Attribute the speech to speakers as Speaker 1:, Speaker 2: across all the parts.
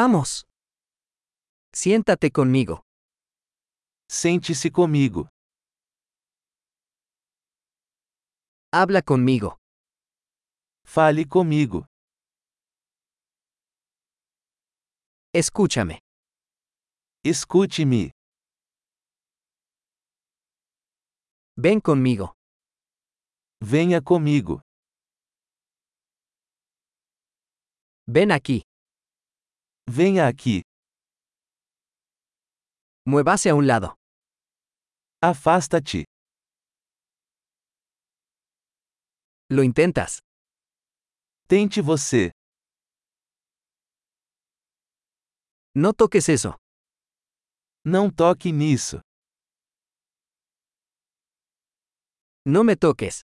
Speaker 1: Vamos. Siéntate conmigo.
Speaker 2: Sente-se comigo.
Speaker 1: Habla conmigo.
Speaker 2: Fale comigo.
Speaker 1: Escúchame.
Speaker 2: Escute-me.
Speaker 1: Ven conmigo.
Speaker 2: Venha comigo.
Speaker 1: Ven aquí.
Speaker 2: Venha aqui.
Speaker 1: Muévase a un lado.
Speaker 2: Afasta-te.
Speaker 1: Lo intentas.
Speaker 2: Tente você.
Speaker 1: No toques eso.
Speaker 2: Não toque nisso.
Speaker 1: No me toques.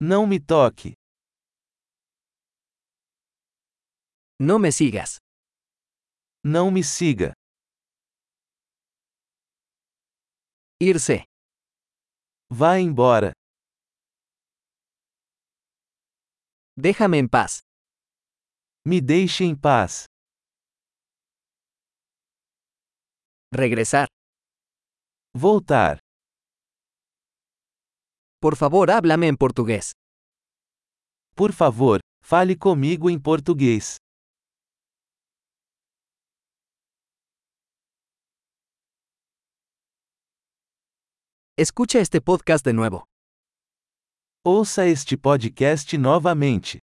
Speaker 2: Não me toque.
Speaker 1: No me sigas.
Speaker 2: Não me siga.
Speaker 1: Irse.
Speaker 2: Vá embora.
Speaker 1: Déjame en paz.
Speaker 2: Me deixe em paz.
Speaker 1: Regresar.
Speaker 2: Voltar.
Speaker 1: Por favor, háblame en portugués.
Speaker 2: Por favor, fale comigo em português.
Speaker 1: Escucha este podcast de nuevo.
Speaker 2: Ouça este podcast novamente.